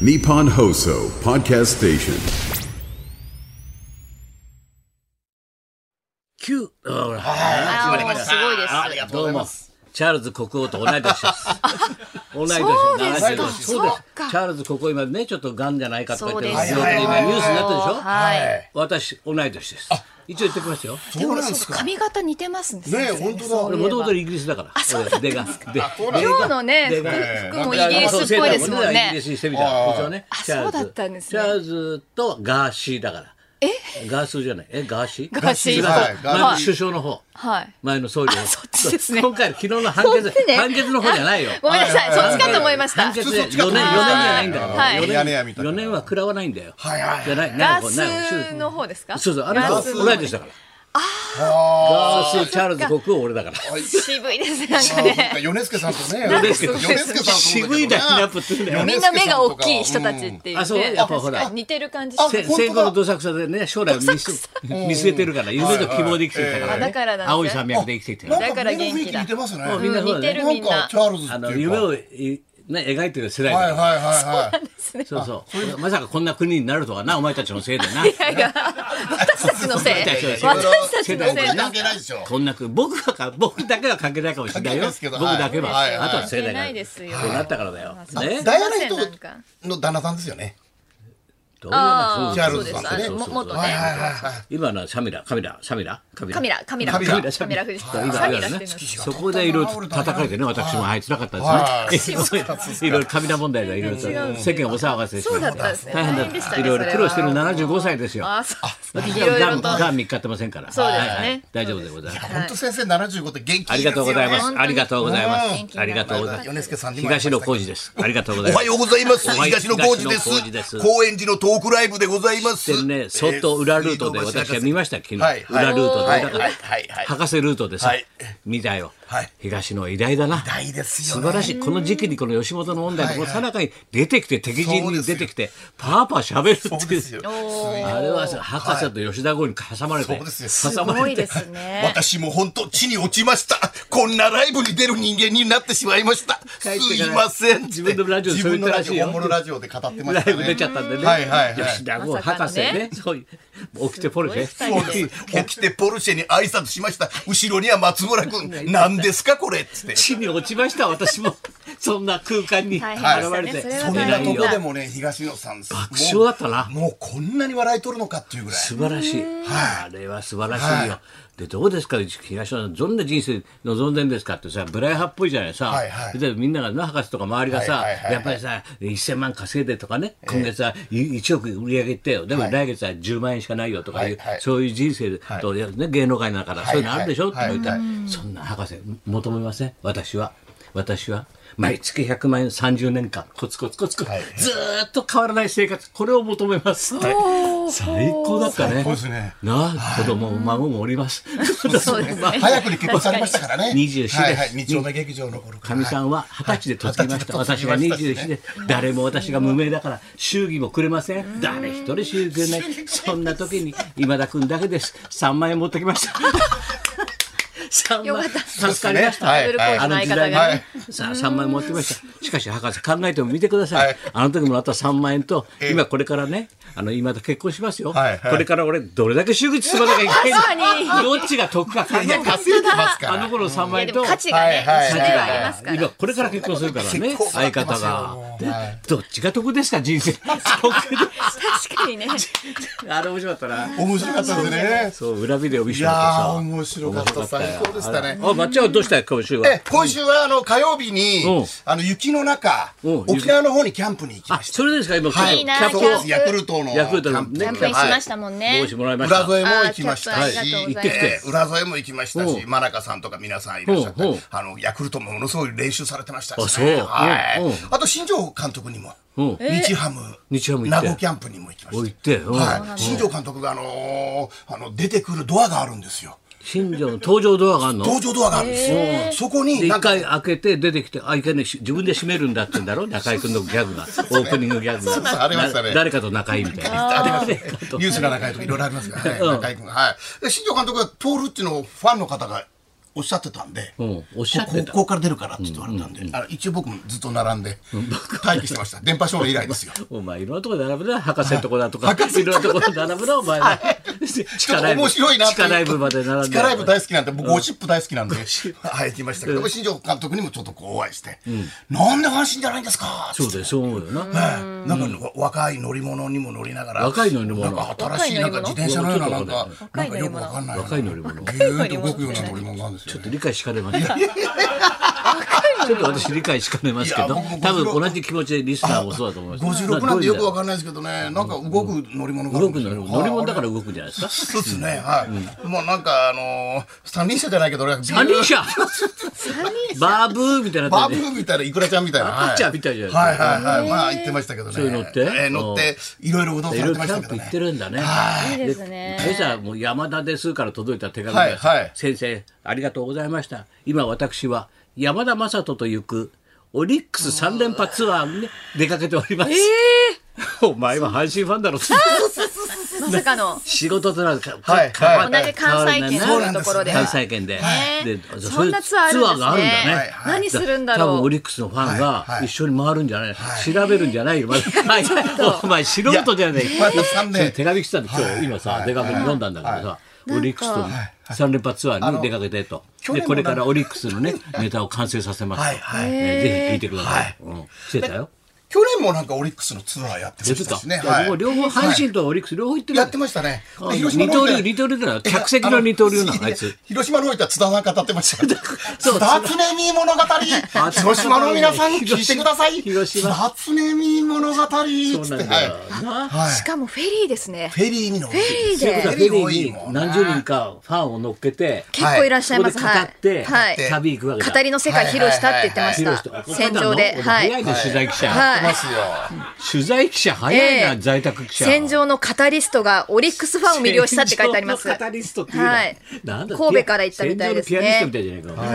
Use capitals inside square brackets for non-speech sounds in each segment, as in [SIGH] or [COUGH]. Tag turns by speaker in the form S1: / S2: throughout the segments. S1: Nippon Hoso Podcast Station.
S2: 旧、あ
S3: あ
S4: 決まりました
S3: すごいです。
S4: ありがとうございます。
S2: チャールズ国王と同い年
S3: [LAUGHS]
S2: です。同い年
S3: そうですか
S2: 同い年そう
S3: そう
S2: で
S3: か
S2: す。チャールズ国王今ね、ちょっと癌じゃないかとか言って、
S3: そうです
S4: よ
S2: 病気で今ニュースになってるでしょ
S3: はい。
S2: 私、同い年です。一応言ってきますよ。
S3: で
S4: そう
S3: も
S4: なん
S3: そう
S4: ですか。
S3: 髪型似てますね。
S4: ねえ
S3: 先生
S4: 本当だ
S3: そう
S2: 俺、
S3: い
S2: も
S3: えば
S2: ともとイギリスだから。そうです。出が。で
S4: そうなんだ
S3: 今日のね
S2: 出が
S3: 服服もイギリスっぽいですもん
S2: そうセーターイギ
S3: ね
S2: リ。スにしてみたら。一応ね。
S3: あ
S2: チャールズ
S3: そうだったんですね
S2: チャールズとガーシーだから。えガースーじゃない。え、ガーシー
S3: ガーシー
S2: すいません
S4: はい
S2: 前
S4: ガーシ
S2: の
S4: ー
S2: 首相の方。
S3: はい。
S2: 前の総理の
S3: あそっちですね
S2: 今回の昨日の判決
S3: そっちね
S2: 判決の方じゃないよ
S3: ごめんなさい。そっちかと思いました
S2: 判。決
S4: 普
S2: で
S4: 通そ
S2: 4
S4: っ
S2: 年
S4: ち
S2: 四年
S4: かと
S2: じ
S4: 思った
S2: ゃないんだから
S3: はい
S2: 四
S4: やねやみ
S2: 年
S4: たいな
S2: 四年は食らわないんだよ
S4: はいはい
S2: じゃないな
S3: ガ
S2: い方
S3: ースの方ですか。
S2: そうそうあれ
S3: ガ
S2: は
S3: ース
S2: 同い年だからガースチャールズ国王俺だから
S3: 渋いですねなん
S4: あ
S3: か
S4: ーなん
S3: ね。
S4: か米助さんとね。
S2: 米助
S4: 米助さん
S2: 渋いダイナップって言うんだよ
S3: みんな目が大きい人たちっ。ていう
S2: あそう
S3: ね。
S2: やっぱほら
S3: 確かに似てる感じ
S4: あ
S3: し
S2: せ
S3: て
S4: 本当だ
S2: 戦後のどさくさでね将来を見す見据えてるから夢と希望で生きてきたから
S3: あだからなん
S2: ね
S3: だ
S2: 青い山脈で生きてきてる
S4: だから元気だ。似てますね。
S2: みんなそうだ
S3: 似てる
S2: ね
S3: みん
S4: なん
S3: な
S4: かチ。ャールズ
S2: あ
S4: っ
S2: の
S4: ていう
S2: 夢
S4: か。
S2: をいね描いてる世代だ
S4: はい
S2: か
S4: はい
S2: ら
S4: はいはい。
S2: そうそう。まさかこんな国になるとはな、お前たちのせいでな。
S3: いや私たちのせい。
S2: 私たちの
S3: 私
S2: せい
S3: たちのせい
S4: 僕は関係ないでしょ。
S2: こんな国、僕はか、僕だけは関係ないかもしれないよ。
S4: 関係ないですけど
S2: 僕だけは、
S4: はいはい
S2: あとは世代が。
S3: 関係ないですよ
S2: そうなったからだよ。ね。どういうよ
S4: ダイアナ
S3: すいません
S4: 妃
S3: なん
S4: との旦那さんですよね。
S2: うな
S3: あ
S4: チャー
S3: そ
S4: ル
S3: う
S4: ズ
S3: で
S4: さん
S3: す。
S4: と
S3: あ
S4: ね
S3: のも元
S4: はいはい
S3: ね。
S4: はいはい。
S2: 今のはシャミラ、カミラ、シャミラ、カミラ。
S3: カミラカミラ
S2: カミラ
S3: カミラ夫人。
S2: そう今
S3: カミラって
S2: 今ね
S3: いうのは
S2: そこでいろいろ叩かれてね、私もあいつらかったです [LAUGHS] ね。いろいろカミラ問題でいろいろと世間をお騒がせして。
S3: そうだったんですね。
S2: 大変だっ。
S3: 大変でしたた
S2: い
S3: ね
S2: ろいろ苦労してる
S3: それは
S2: 75歳ですよ。
S3: あ、そう。
S2: 私
S3: い
S2: は
S3: ろいろ
S2: がん、
S3: と。
S2: がん3日ってませんから。
S3: そうですね
S2: はいはい大丈夫でございます。
S4: 本当先生七十五って元気いいですよね。
S2: ありがとうございま
S3: 本当
S2: す。
S3: に
S2: ありがとうございま
S4: う
S3: 元
S4: ん
S3: 気に
S2: す。
S3: な
S2: ありがとうございます。
S4: 米助さんにも会いまし
S2: 東野
S4: たけど
S2: 浩二です。ありがとうござい
S4: お
S2: ま
S4: は
S2: す。
S4: ようございます。
S2: おはよう
S4: 東野浩二です
S2: 東野浩二です。
S4: 高円寺のトークライブでございます。
S2: でね、相当裏ルートで私は見ました、昨日。
S4: はいはい
S2: 裏ルート
S4: はい
S2: で。
S4: は
S2: だ
S4: い
S2: から、
S4: はいはい
S2: 博士ルートでさ、
S4: はい
S2: 見たよ、
S4: はい
S2: 東の偉大だな。
S4: 大です
S2: 素
S4: よね。
S2: 晴らしい。この時期にこの吉本の問題のこのさなかに出てきて、敵陣に出てきて、パーパー喋る
S4: そう
S2: ってい
S4: で
S2: う。
S4: すよ。
S2: あれはさ博士と吉田豪に挟まれて、
S4: そうです
S2: 挟
S3: す
S2: ま
S3: ご
S2: れ
S3: い
S2: て
S3: で、すね。
S4: 私も本当地に落ちました。こんなライブに出る人間になってしまいました。す
S2: 帰ってから
S4: いません。
S2: 自分のラジオで
S4: 自
S2: そう言っ
S4: 分の
S2: た
S4: ラ
S2: らし
S4: ジ
S2: いよ
S4: オ、本物ラジオで語ってま
S2: ラ
S4: し
S2: イ
S4: た
S2: ブ
S4: ね。
S2: 出ちゃったんでね。
S4: はいはいはい。
S2: 吉田豪博士ね。そういう起きてポルシェ。
S3: すごい
S4: そ
S3: 二
S4: う
S3: 人で
S4: で
S3: す
S4: 起きてポルシェに挨拶しました。後ろには松
S2: [LAUGHS]
S4: 村君。何ですかこれっつって。
S2: 地に落ちました私もそんな空間に現
S3: 大変
S2: れ
S3: で
S2: て、
S3: したね
S4: そん
S3: れは
S4: な
S3: 大
S4: と
S3: 変
S4: こでもね、東野さん。
S2: 爆笑だったな
S4: もうもうこんなに笑い取るのかっていうぐらい。
S2: 素晴らしいあれは素晴らしいよ、
S4: は
S2: でどうですか東野さんどんな人生望んでんですかってさブライ派っぽいじゃないさ、
S4: はいはい
S2: でみんなが那博士とか周りがさ、
S4: はいはいはいはい
S2: やっぱりさ1000万稼いでとかね今月は1億売り上げてよでも来月は10万円しかないよとかいう、
S4: はいはい
S2: そういう人生と、ね、芸能界だから、
S4: い
S2: そういうのあるでしょ、
S4: はい
S2: とか言ったら、そんな博士求めません私は私は毎月100万円30年間コツコツコツコツ、
S4: はい
S2: ずーっと変わらない生活これを求めますって最高だったね
S4: そうですね。
S2: なあ、子供も孫もおります。
S3: そうですね。
S4: 早くに結婚されましたか
S2: [LAUGHS]
S4: らね。
S2: 24です
S4: はいはい。日曜の劇場の頃
S2: か
S4: から。
S2: みさんは二十歳で嫁ぎました。
S4: はい
S2: 私が
S4: 嫁ぎ
S2: 二
S4: ました
S2: 十一で、誰も私が無名だから、祝儀もくれません。誰一人祝儀くれない。そんな時に、今田君だけです。三万円持ってきました。三
S3: よ
S2: 万
S3: か
S2: 円。
S3: った
S2: 助かりました。
S4: は
S3: ダ
S4: い
S3: ブルコー
S2: あ
S3: チの
S2: の
S3: 相
S2: 時
S3: 方
S2: 代
S3: が
S2: が
S3: ね。
S2: ね、さあ3万円持ってきました。しかし博士考えても見てください。
S4: はい
S2: あの時もらった3万円と、
S4: ええ
S2: 今これからね、あの今と結婚しますよ。
S4: はいはい
S2: これから俺どれだけ手術進まなきゃいけないの。どっちが得か考え
S4: い
S2: て
S4: や、稼いでますか
S2: あ
S4: ら
S2: の。頃3
S3: い
S2: 万
S3: や
S2: 円
S3: で
S2: と。
S3: も価値がね、
S4: はいはい
S3: 一年はありますから。
S2: 今これから結婚するからね
S4: 結構
S2: 相方が
S4: も、う
S2: で
S4: はい
S2: どっちが得ですか人生得
S3: 確かにね。
S2: であれ面白かったな
S4: 面白かったですね。
S2: そう裏ビデオ見せ
S4: い
S2: てもらって
S4: やー、
S2: さ
S4: 面白かった。最高でしたね。
S2: あ抹茶はどうした今週は
S4: え今週はあの火曜日に、
S2: うん
S4: あの雪の中、
S2: うん
S4: 沖縄の方にキャンプに行き
S2: あ
S4: ました。
S2: それですか今
S4: はい
S3: いな
S2: キャップ
S4: そうです
S3: キャンプ
S4: ヤクルトの
S2: ヤクルトの
S4: キャンプ
S2: ね
S3: キャンプインしましたもんね
S2: 帽。子もらいました
S4: 浦添も行きましたし、
S3: あーキャンプありがとうございます
S2: 行ってきて
S4: えー浦添も行きましたし、
S2: うん
S4: 真中さんとか皆さんいらっしゃって、
S2: うんうん
S4: あのヤクルトもものすごい練習されてましたし、ね、
S2: あそう
S4: はい
S2: うんうん
S4: あと新庄監督にも、
S2: うん
S4: 日ハム
S2: 日ハム行っ
S4: 名
S2: て
S4: 護キャンプにも行きま
S2: お行
S4: し
S2: って、
S4: た。
S2: うん
S4: はい、新庄監督が、あのーあの出てくるドアがあるんですよ。
S2: 新庄の登場ドアがあるの
S4: 登場ドアがあるんですよ。そこ
S2: で
S4: にな
S2: 一
S4: んか
S2: 回開けて出てきてあいけないし自分で閉めるんだって言うんだろ中居君のギャグがオープニングギャグ
S4: そうそうありまし
S2: が
S4: たね
S2: な誰かと仲いいみたいな
S4: ありますね。ニュースが長いとかいろいろありますからね、中居君が。はい。で新庄監督が通るっていうのをファンの方がおっしゃってたんで、
S2: うんおっしゃってた
S4: こここから出るからって言われたんで、あの一応僕もずっと並んで、待機してました。電波少年以来 [LAUGHS] ですよ。
S2: お前いろんなとこ並ぶな博士のとこだとか、
S4: はい博士
S2: いろんなとこ並ぶなお前は地
S4: ちょっと面白いな
S2: 地下ライブまで並んで
S4: 地下ライブ大好きなんで、僕ゴシップ大好きなんで、はい、行きましたけど、新庄監督にもちょっとこうお会いして、なんで阪神じゃないんですか
S2: そうだよそう思うよな、
S4: はいなんかねわ若い乗り物にも乗りながら
S2: 若い乗り物
S4: なんか新しいなんか自転車のようななんかな
S3: 若
S4: ん
S3: い乗
S4: かよ
S3: り
S4: く
S3: 物
S4: わかんない
S2: 若い乗り物
S4: ギューッと動くような乗り物なんですよ
S2: ちょっ
S4: ね
S2: と理解しかねました。ちょっと私理解しかねますけ
S4: いや
S2: ど
S4: 僕も、
S2: 多分同じ気持ちでリスナーもそうだと思います。
S4: 56なんでよくわ
S2: か
S4: かんないですけどねなんか動く乗り物がある
S2: 動
S4: ん
S2: く
S4: です
S2: の
S4: よ
S2: よ乗り物だか
S4: はい
S2: ら動くんじゃないですか。
S4: そうですね、はい。もうなんか、あのー、三輪車じゃないけど、俺がビュー
S2: 三輪車バーブーみたいな
S4: バ
S2: とこ
S4: ブ
S2: で。
S4: ーみたいな、イクラちゃんみたいな。
S2: 赤ちゃんみたいじゃな
S4: はいいはいはいはい。まあ、言ってましたけどね。
S2: そういうのって
S4: えー乗って、いろいろうどん
S2: い
S4: さ
S2: ろい
S4: れ
S2: ろ
S4: てま
S2: キャ
S4: した
S2: ン
S4: け
S2: プ
S4: ど
S2: 行って
S4: ね。
S2: るんだね。
S3: いいですね
S2: 今朝もう山田ですから届いた手紙
S4: はい
S2: が
S4: はい
S2: 先生ありがとうございました今私は山田雅人と行くオリックス三連覇ツアーにね出かけております、 [LAUGHS] お前は阪神ファンだろ
S3: まさかの
S2: 仕事となるか、
S4: はい
S2: か
S4: はい
S3: 同じ関西圏
S4: そうなん
S3: のと
S4: です
S3: ころで
S2: 関西圏で,、
S3: ね
S2: で
S3: そんなツアーあるんですね
S2: があるんだね、
S4: はいはい
S3: 何するんだ
S2: 多分
S3: ろ
S2: オ
S3: う
S2: リックスのファン
S4: はい
S2: が
S4: はい
S2: 一緒に回るんじゃない、調べるんじゃないよ、まだはいお前素人じゃねえ
S4: また三
S2: そう
S4: 年。
S2: 手紙来てたんで今日、今さ、出かけに読んだんだけどさ、オリックスと三連覇ツアーに出かけてと、
S4: 去
S2: で
S4: 年も
S2: これからオリックスのねネタを完成させますと、
S4: はいはい
S2: えーぜひ聞いてください、
S4: はい
S2: うん、してたよ
S4: 去年もなんかオリックスのツアーやってま
S2: 出て
S4: した
S2: た
S4: しね。、
S2: いや僕両方阪神とオリックス両方行ってる
S4: や
S2: ん
S4: っ
S2: だ
S4: てましたね。
S2: あ
S4: で
S2: 二刀流、二刀流だな。客席の二刀流な
S4: あ
S2: の、あいつ。
S4: 広島の置いた津田さん語ってました。
S2: [LAUGHS] そう
S4: 津田つねみ物語。広島の皆さん聞いてください。
S2: 広
S4: 津
S2: 島
S4: 田つねみ物語。
S2: そう
S4: つ
S2: な
S4: っ
S2: ん
S4: て
S2: だ
S4: はい
S2: よ。な
S4: は
S3: し
S4: い。
S3: かもフェリーですね
S4: フェリーに乗る。
S3: フェリー
S2: ということは
S3: で
S2: フェリー
S4: 多いも
S2: に
S4: んな
S2: 何十人かファンを乗っけて、
S3: 結構いらっしゃい
S2: ここで
S3: ま
S2: す語
S3: は
S2: って
S3: い、はい、
S2: 旅行くわけだ。
S3: 語りの世界披露したって言ってまし
S2: 広瀬
S3: た
S2: と
S3: 戦場で
S2: お前
S3: は
S2: 早
S3: い
S2: いね、取材記者。
S3: はい
S4: ますよ。
S2: 取材記者早いな、
S3: ええ
S2: 在宅記者。
S3: 戦場のカタリストがオリックスファンを魅了したって書いてあります。
S2: 戦場のカタリストっていうのは
S3: はい
S2: なんだ
S3: 神戸から行ったみたいですね
S2: 戦場のピアニストみたいじゃないかお前。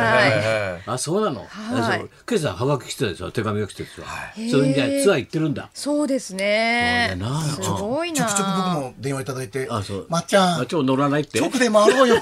S3: はい。
S2: あ、そうなの。
S3: はい
S2: あそう今朝はがき来てたんですよ、手紙が来てるんですよ。それじゃツアー行ってるんだ。
S3: そうですね
S2: そうだな。
S3: すごい
S4: ちょ
S3: な
S4: く。ちょく僕も電話いただいて
S2: あ、そう、。
S4: まっちゃ
S2: あ
S4: ん、
S2: ちょ乗らないって。
S4: 直で回ろ
S2: [LAUGHS]
S4: うよ。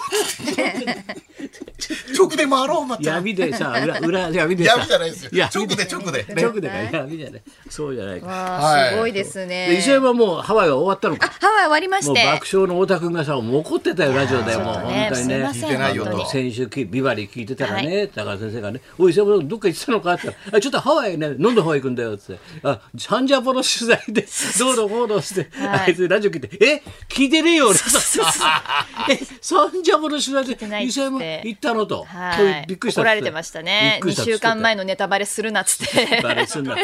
S4: 直で回ろう、まっちゃん。
S2: 闇でさ、裏、裏闇でさ。
S4: 闇じゃないですよ
S2: 闇
S4: 直で直で
S2: 直でか、闇じゃない。そうじゃないか。
S4: はい
S3: あすごいです
S2: で
S3: ね。
S2: 磯山はもうハワイは終わったのか。
S3: ハワイ終わりま
S2: も
S3: し
S2: う
S3: て。
S2: 爆笑の太田君がさ、もう怒ってたよ、ラジオで。もう本
S3: ね
S2: 当に
S3: すい
S2: ね
S3: ま。せん
S4: よ
S3: 本
S4: と
S3: 当に。
S2: 先週きビバリー聞いてたらね、高田先生がね「おい磯山君どっか行ってたのか?」って言ったらあちょっとハワイね飲んでハワイ行くんだよ」っつって「あサンジャポの取材でどうのこうの」して、
S3: はい
S2: あいつラジオ聞いて「え聞いてねえよ俺」 [LAUGHS] えサンジャポの取材
S3: てない
S2: で
S3: っ
S2: 磯
S3: つって
S2: 山行ったの?」と
S3: はい、
S2: びっくりしたっつって
S3: 怒られてましたね。
S2: びっくりし
S3: 二
S2: たっつって
S3: 週
S2: た
S3: 間前のネタバレするなっつって。
S2: バレすん
S3: [LAUGHS]
S2: な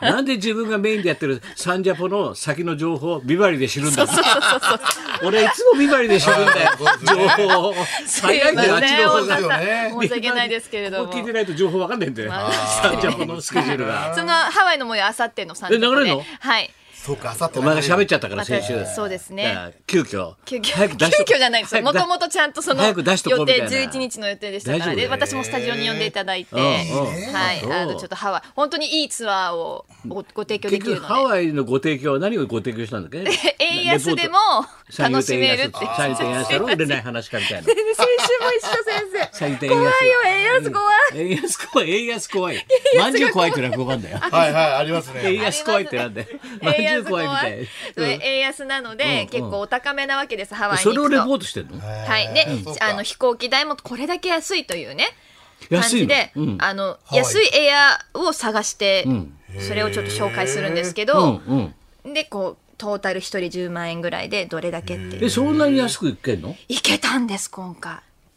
S2: なんで自分がメインでやってるサンジャポの先の情報をビバリーで知るんだ俺いつもビバリーで知るんだよ [LAUGHS] 情報を早いんだよあっちの方が
S4: そうですね
S3: 申し訳ないですけれど
S2: こ
S3: も
S2: こ。聞いてないと情報わかんないんだよ、
S3: まあ
S2: サンジャポのスケジュールが
S3: そのハワイのもよあさっての三時で
S2: え流れるの
S3: はい。
S4: そうか、あさって
S2: お前が喋っちゃ
S4: ゃ
S2: ったから先週
S3: 私そうですね
S2: だから急遽
S3: 急遽
S2: 早く出しと
S3: 急遽じゃないですよ。
S2: 早
S3: も
S2: く出
S3: ともとちゃんとその
S2: 早く出しとこう
S3: 予
S2: みたい
S3: 定
S2: な
S3: 11日の予定でしたから
S2: 大
S3: ね。
S2: 丈夫
S3: 私もスタジオに呼んでいただいて、
S2: うんうん
S3: はい。
S2: う
S3: あ
S2: ん
S3: のちょっとハワイ本当にいいツアーをごご提供で
S2: 結
S3: きる
S2: 局ハ
S3: ので。
S2: ワイのご提供は何をご提供したんだっ
S3: [LAUGHS]
S2: け
S3: 円安でも楽しめるって。
S2: 最優先
S3: [LAUGHS]
S2: 円安だろ売れない話かみたいな
S3: [LAUGHS] 先週も一緒先生。
S2: [LAUGHS] 最低円
S3: 怖い
S2: 安
S3: よ円安怖い。
S2: 円安怖い円安怖いまんじゅう怖いって落語なんだ
S3: [LAUGHS]
S2: よ
S4: った。はいはい、あります
S2: 円
S4: ね。
S2: 安怖いってなんだよまんじ
S3: 円
S2: ゅ
S3: 安
S2: う怖いみたい
S3: それ円安なので、
S2: うん
S3: 結構お高めなわけですハワ
S2: な
S3: イに
S2: そ
S3: 行
S2: れをレポー
S3: くと。
S2: トしてんの
S3: はい、で、あの飛行機代もこれだけ安いというね感
S2: 安い
S3: じ
S2: の
S3: で、
S2: うん
S3: あの
S4: イ
S3: 安いエアを探して、それをちょっと紹介するんですけど、
S2: うんうん
S3: でこうトータル一人10万円ぐらいでどれだけっていう
S2: えそんなに安くいけんの
S3: いけたんです今回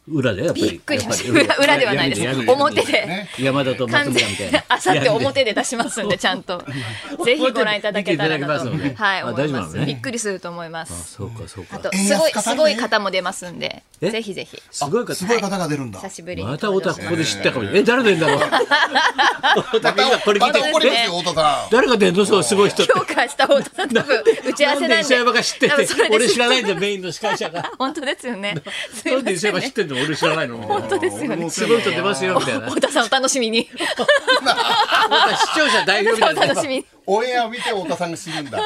S2: 裏でやっぱり
S3: びっくりしました
S2: やっぱり
S3: 裏裏ではないです
S2: 闇闇闇
S3: 表で
S2: 山田と松
S3: 完
S2: 村
S3: 全
S2: みたいな
S3: [LAUGHS] あさって
S2: 闇で
S3: 表で出しますんでちゃんとぜひご覧いただけたらなと
S2: 見ていただけますので
S3: はい
S2: あ
S3: 思い
S2: 大丈夫な
S3: ま
S2: の
S3: す、
S2: ね
S3: びっくりすると思います
S2: そうかそうか
S3: あと
S4: 円
S3: すご
S4: 安
S3: い
S4: 語るね
S3: すごい方も出ますんで
S2: え
S3: ぜひぜひ
S2: すごいこと
S4: すごい方が出るんだ。
S3: 久しぶりに
S2: また太田ここで知ったかもえ誰出んだろう太田
S4: ま
S2: 君今
S4: た
S2: これ聞い
S4: ま
S2: て
S4: た
S3: ま
S4: 怒りますよ、
S2: え
S4: 太田さん。
S2: 誰が出んのそうすごい人って
S3: 強化した太田さん多分打ち合わせなん
S2: なん
S3: で
S2: で石山が知ってて
S3: 多分それで
S2: 俺知らないんだよメインの司会者が
S3: 本当ですよねすい
S2: な
S3: ま
S2: んで石
S3: せん
S2: 山知
S3: ね
S2: ってん
S3: [LAUGHS]
S2: の俺知らないの
S3: 本当ですよね
S2: すごい人出ますよみたいな
S3: 太田さんお楽しみに
S2: 視聴者代表みたい
S3: お
S2: な
S3: 楽しみに。
S4: オンエアを見て太田さんが死ぬんだ。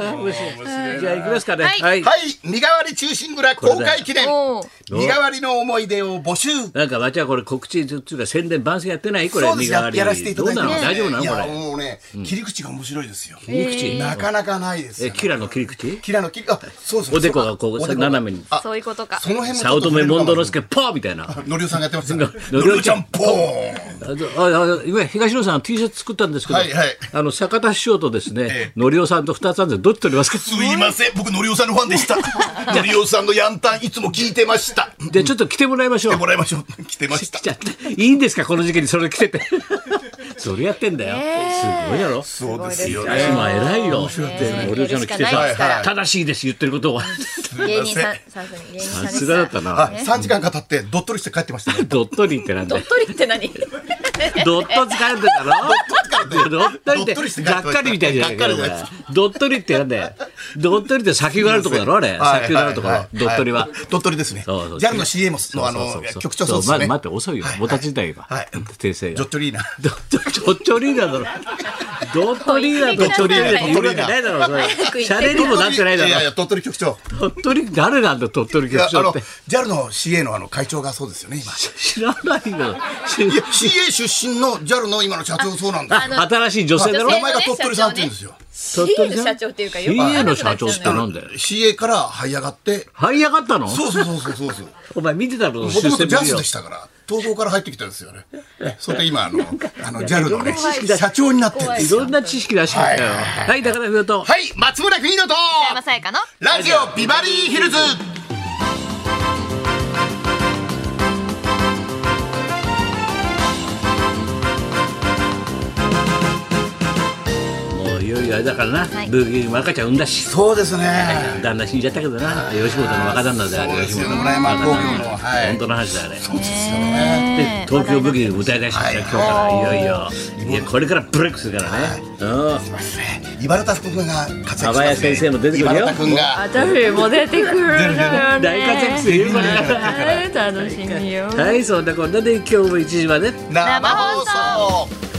S2: じゃあ行きますかね
S3: はい
S2: はい
S4: はい、身代わり中心蔵公開記念。
S3: おう
S4: 身代わりの思い出を募集。
S2: なんかわちゃこれ告知っていうか宣伝番宣やってないこれ
S4: そうです
S2: 身代わ
S4: や
S2: り
S4: やらせていただいて
S2: どうなの大丈夫なの
S4: いや
S2: こ
S4: もうね切り口が面白いですよ
S2: れ切り口
S4: なかなかないです
S2: え
S4: よ
S2: キラの切り口
S4: キラの切りあそうそう
S2: おでこがこう
S4: おでこが
S2: 斜めに
S4: あ
S3: そういうことか。
S4: その辺もち
S2: 早
S4: ょっと
S2: 乙女モンドロスケポーみたいなあ
S4: のりおさんがやってましたね
S2: のり
S4: のり
S2: お
S4: お
S2: ち
S4: ち
S2: ゃ
S4: ゃ
S2: ん
S4: んポーン
S2: ああ今東野さん T シャツ作ったんですけど
S4: はいはい
S2: あの坂田師匠とですね
S4: え
S2: のりおさんと二つあるんですどっち取りますか
S4: すいません僕のりおさんのファン
S2: [LAUGHS]
S4: でしたのりおさんのヤンタンいつも聞いてました来
S2: じゃあちょっと来てもらいましょう
S4: てもらいましょう [LAUGHS] 来てました
S2: 来ちゃっていいんですかこの時期にそれ着て
S4: [LAUGHS]
S2: てそれやってんだよ、すごいやろ
S4: そうですよね
S2: 今偉いよお嬢ちゃんの着て
S3: それしかないですから
S2: さ正しいです言ってること
S4: [LAUGHS]
S2: は
S3: 芸人さん、さん芸人
S2: さ
S3: さんです
S2: すがだったな
S4: はい3時間かたってどっとりして帰ってましたね
S2: ドットリーってなんだ
S3: 鳥
S2: よ
S3: 取って何
S2: ドット疲れてたろドットリ
S4: ドットリ
S2: っ
S4: してて
S2: がっかりみたいじゃないか
S4: がっかりじゃない
S2: ドットリってなんだよドットリって砂丘があるとこだろあれ
S4: はい
S2: 砂丘があるとこ
S4: はい
S2: ドットリは
S4: はい鳥取ですね
S2: そうそう
S4: JAL の CM のあ
S2: そう
S4: の
S2: そうそう
S4: 局長そうですよ
S2: ま
S4: ね
S2: 待って遅いよもたついたよ今
S4: はい
S2: 訂正
S4: ジョ
S2: が
S4: ットリーナ
S2: ドットドットリーダーだろドットリーダーとドットリーダーって言うわけないだろそれシャレにもなってないだ
S4: いやい
S2: ろ
S4: や鳥取局長
S2: 鳥取誰なんだ鳥取
S4: い
S2: 局
S4: やあ
S2: 長っ
S4: の
S2: て
S4: JAL の CA のあの会長がそうですよね
S2: [LAUGHS]
S4: 今
S2: 知らないよ
S4: いや CA 出身の JAL の今の社長そうなんですよ
S3: あの
S2: 新しい女性だろ
S3: あ
S4: 名前が鳥取さんって言うんですよ
S3: CA の社長っていうかよくわか
S2: CA
S3: んな
S2: の
S3: く
S2: 社
S3: なっち
S2: 長
S3: ゃう
S2: っ
S3: のよ
S2: てなんだよ
S4: CA から這い上がって
S2: 這い上がったの
S4: そうそうそうそう
S2: [LAUGHS]
S4: そうそう
S2: お前見てたろ
S4: もと
S2: 出
S4: もと
S2: 世ぶ
S4: JAS
S2: よ
S4: でしたから東京から入ってきたんですよねねそれで今あのあの JAL
S2: いろ
S4: のね
S2: んな知識だ
S4: 社長になってるんで
S2: い
S4: すよ
S2: ろんな知識出してきたよ
S4: はい
S2: はいだから言うと
S4: はい松村邦洋と
S3: 山さやかの
S4: ラジオビバリーヒルズ
S2: もういよいよあれだからな
S3: はい
S2: ブーギーも赤ちゃん産んだし
S4: そうですね
S2: 旦那死んじゃったけどな吉本の若旦那であ
S4: そう
S2: れ
S4: で
S2: 吉
S4: すよ
S2: 本の
S4: 村山工業のはい
S2: 本当の話だあれ
S4: そうですよ
S2: で
S4: ね
S2: 東京ブギー歌い出したから
S4: はい
S2: 今日からいよいよいやこれからブレイクするからねうん
S4: 茨田君が活躍してます
S2: 阿波谷先生も出てくるよ
S4: 茨田君が
S3: 私も出てくるよね
S2: 大活躍
S3: [LAUGHS]
S2: するよこれから
S3: ね楽しみよ
S2: はいそんなこんなで今日も1時まで
S4: 生放送